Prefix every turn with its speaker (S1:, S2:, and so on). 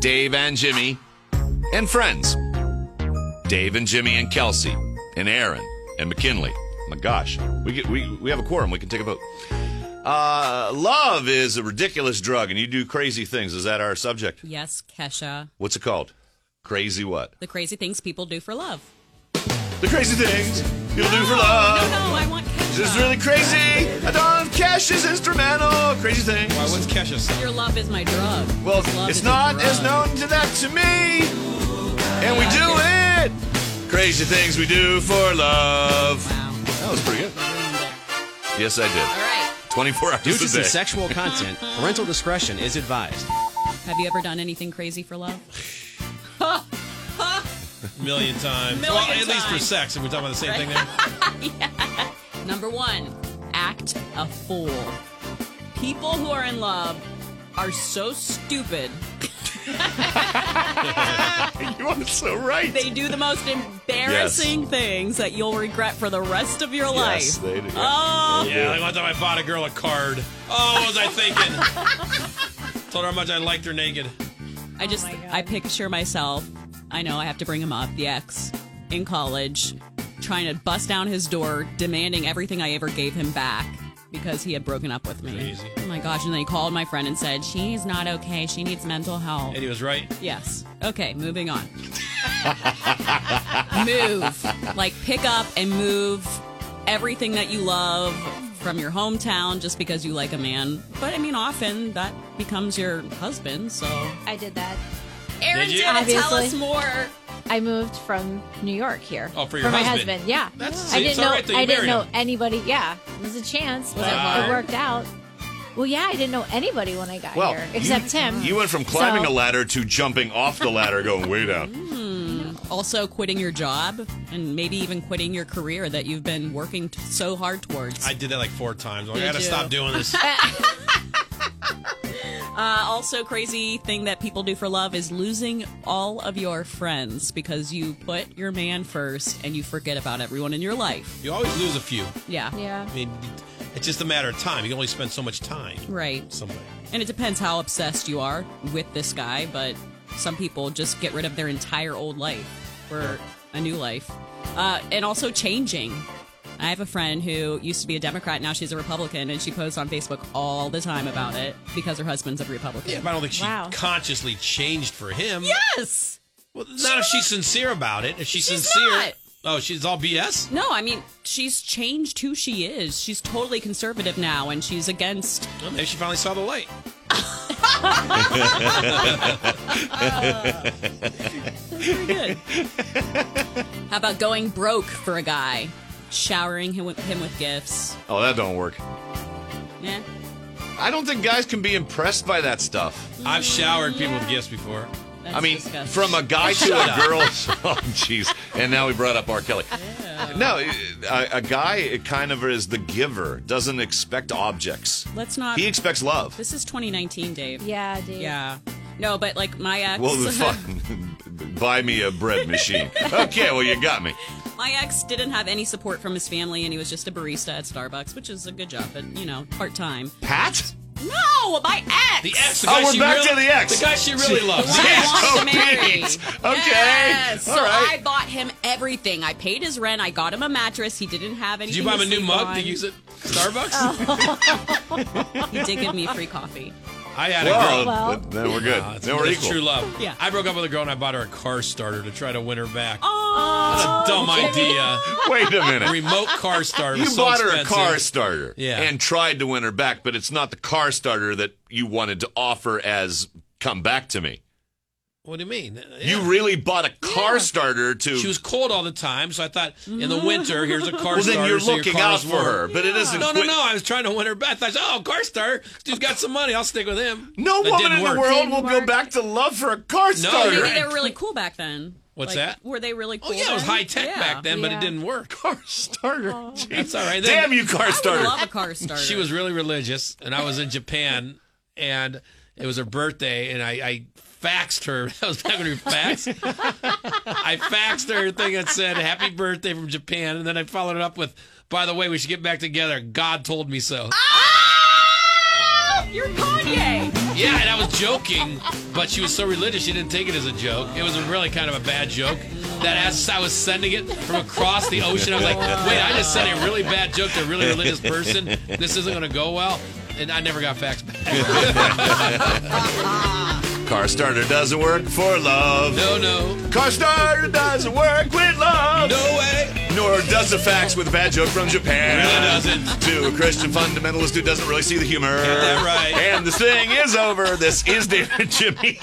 S1: Dave and Jimmy, and friends. Dave and Jimmy and Kelsey and Aaron and McKinley. My gosh, we get, we we have a quorum. We can take a vote. Uh, love is a ridiculous drug, and you do crazy things. Is that our subject?
S2: Yes, Kesha.
S1: What's it called? Crazy what?
S2: The crazy things people do for love.
S1: The crazy things you do for
S2: No,
S1: love.
S2: no, I want Kesha.
S1: This is really crazy. I thought Cash is instrumental. Crazy things.
S3: Why, what's Kesha song?
S2: Your love is my drug.
S1: Well,
S2: Love
S1: it's
S2: is a
S1: not
S2: drug.
S1: as known to that to me. And we do it. Crazy things we do for love.
S2: Wow.
S1: That was pretty good. Yes, I
S2: All
S1: did.
S2: right.
S1: 24 hours
S3: Due to
S1: a
S3: some
S1: day.
S3: sexual content, parental discretion is advised.
S2: Have you ever done anything crazy for love?
S4: million times.
S2: Million
S4: well, at least for
S2: times.
S4: sex. If we're talking about the same thing there.
S2: Number one, act a fool. People who are in love are so stupid.
S1: You are so right.
S2: They do the most embarrassing things that you'll regret for the rest of your
S1: yes,
S2: life.
S1: they do.
S2: Oh,
S4: Yeah, like one time I bought a girl a card. Oh, what was I thinking? Told her how much I liked her naked.
S2: I just I picture myself. I know I have to bring him up, the ex, in college, trying to bust down his door, demanding everything I ever gave him back because he had broken up with me.
S4: Crazy.
S2: Oh my gosh! And then he called my friend and said she's not okay. She needs mental help.
S4: And he was right.
S2: Yes. Okay, moving on. move. Like pick up and move everything that you love from your hometown just because you like a man. But I mean often that becomes your husband, so
S5: I did that.
S2: Aaron's
S4: you?
S2: gonna tell
S5: Obviously.
S2: us more.
S5: I moved from New York here.
S4: Oh, for your
S5: my
S4: husband.
S5: husband. Yeah.
S4: That's-
S5: I
S4: it's
S5: didn't
S4: all
S5: know.
S4: right that you
S5: I didn't
S4: married
S5: know
S4: him.
S5: anybody. Yeah, it was a chance. Was
S4: Wow.
S5: it, it worked out? Well, yeah, I didn't know anybody when I got
S1: well,
S5: here
S1: you-
S5: except him.
S1: You went from climbing
S5: So-
S1: a ladder to jumping off the ladder, going way down.
S2: Also quitting your job and maybe even quitting your career that you've been working t- so hard towards.
S4: I did that like four times. I'm Like, I
S2: Did
S4: gotta
S2: you?
S4: stop doing this.
S2: Uh, also crazy thing that people do for love is losing all of your friends because you put your man first and you forget about everyone in your life.
S4: You always lose a few.
S2: Yeah.
S5: Yeah.
S4: I mean, it's just a matter of time. You can only spend so much time
S2: Right.
S4: with somebody.
S2: And it depends how obsessed you are with this guy, but some people just get rid of their entire old life for a new life. Uh, and also changing. I have a friend who used to be a Democrat, now she's a Republican, and she posts on Facebook all the time about it because her husband's a Republican.
S4: Yeah, but I don't think she
S5: Wow.
S4: consciously changed for him.
S2: Yes!
S4: Well, not if she's sincere about it. If she's,
S2: She's
S4: sincere.
S2: not.
S4: Oh, she's all BS?
S2: No, I mean, she's changed who she is. She's totally conservative now, and she's against.
S4: Well, maybe she finally saw the light.
S2: Pretty good. how about going broke for a guy? Showering him with, him with gifts.
S1: Oh, that don't work.
S2: Yeah.
S1: I don't think guys can be impressed by that stuff.
S4: I've showered people with gifts before.
S1: I mean,
S2: disgusting.
S1: from a guy to a girl. Oh, jeez. And now we brought up R. Kelly. No, a, a guy it kind of is the giver, doesn't expect objects.
S2: Let's not.
S1: He expects love.
S2: this is 2019, Dave.
S5: Yeah, dude.
S2: Yeah. No, but like my ex.
S1: Well, the fuck. Buy me a bread machine. Okay, well, you got me.
S2: my ex didn't have any support from his family, and he was just a barista at Starbucks, which is a good job, but you know, part time.
S1: Pat?
S2: No, my ex.
S4: The ex. The
S1: Oh,
S4: guy
S1: we're
S4: she
S1: back
S4: really,
S1: to the ex.
S4: The guy she really
S2: The
S4: loves.
S2: one I wanted to
S1: Oh,
S2: marry.
S1: Pete. Okay.
S2: Yes. So
S1: All right.
S2: I bought him everything. I paid his rent. I got him a mattress. He didn't have anything.
S4: Did you buy him
S2: to
S4: a new
S2: sleep
S4: mug
S2: on.
S4: to use at Starbucks?
S2: Oh. He did give me free coffee.
S4: I had a
S1: Well,
S4: girl.
S5: Well.
S1: th- then we're good.
S4: Uh, it's
S1: then we're
S4: it's
S1: equal.
S4: true love.
S2: Yeah.
S4: I broke up with a girl and I bought her a car starter to try to win her back.
S2: Oh,
S4: Dumb idea.
S1: Wait a
S4: A
S1: minute.
S4: remote car starter.
S1: You
S4: was so
S1: bought her a
S4: expensive.
S1: car starter
S4: Yeah.
S1: and tried to win her back, but it's not the car starter that you wanted to offer as come back to me.
S4: What do you mean?
S1: You really bought a car starter to.
S4: She was cold all the time, so I thought in the winter, here's a car
S1: well,
S4: starter.
S1: then you're
S4: so your
S1: looking
S4: car
S1: out
S4: is
S1: for
S4: warm.
S1: her, but it isn't.
S4: No, no,
S1: quit-
S4: no. I was trying to win her back. I thought, oh, car starter. Dude's got some money. I'll stick with him.
S1: No
S4: That
S1: woman
S4: didn't
S1: in
S4: work.
S1: the world
S5: Didn't
S1: will go
S5: work.
S1: back to love for a car
S4: Oh,
S1: starter.
S4: you're
S2: Maybe they
S4: right.
S2: were really cool back then.
S4: What's
S2: Like,
S4: that?
S2: Were they really cool?
S4: Oh, yeah, it was
S2: then?
S4: high tech
S2: Yeah.
S4: back then, but it
S5: Yeah.
S4: didn't work.
S1: Car starter. Jeez.
S4: That's all right. Then
S1: Damn you, car
S2: I
S1: starter.
S2: would love a car starter.
S4: She was really religious, and I was in Japan, and it was her birthday, and I, I faxed her. That was back when we faxed. I faxed her a thing that said "Happy Birthday from Japan," and then I followed it up with, "By the way, we should get back together. God told me so."
S2: You're Kanye.
S4: Yeah, and I was joking, but she was so religious she didn't take it as a joke. It was really kind of a bad joke. That as I was sending it from across the ocean, I was like, "Wait, I just sent a really bad joke to a really religious person. This isn't going to go well." And I never got faxed back.
S1: Car starter doesn't work for love.
S4: No, no,
S1: Car starter doesn't work with love.
S4: no way.
S1: Nor does a fax with a bad joke from Japan.
S4: Really doesn't.
S1: To a Christian fundamentalist who doesn't really see the humor.
S4: that right.
S1: And this thing is over. This is David Jimmy.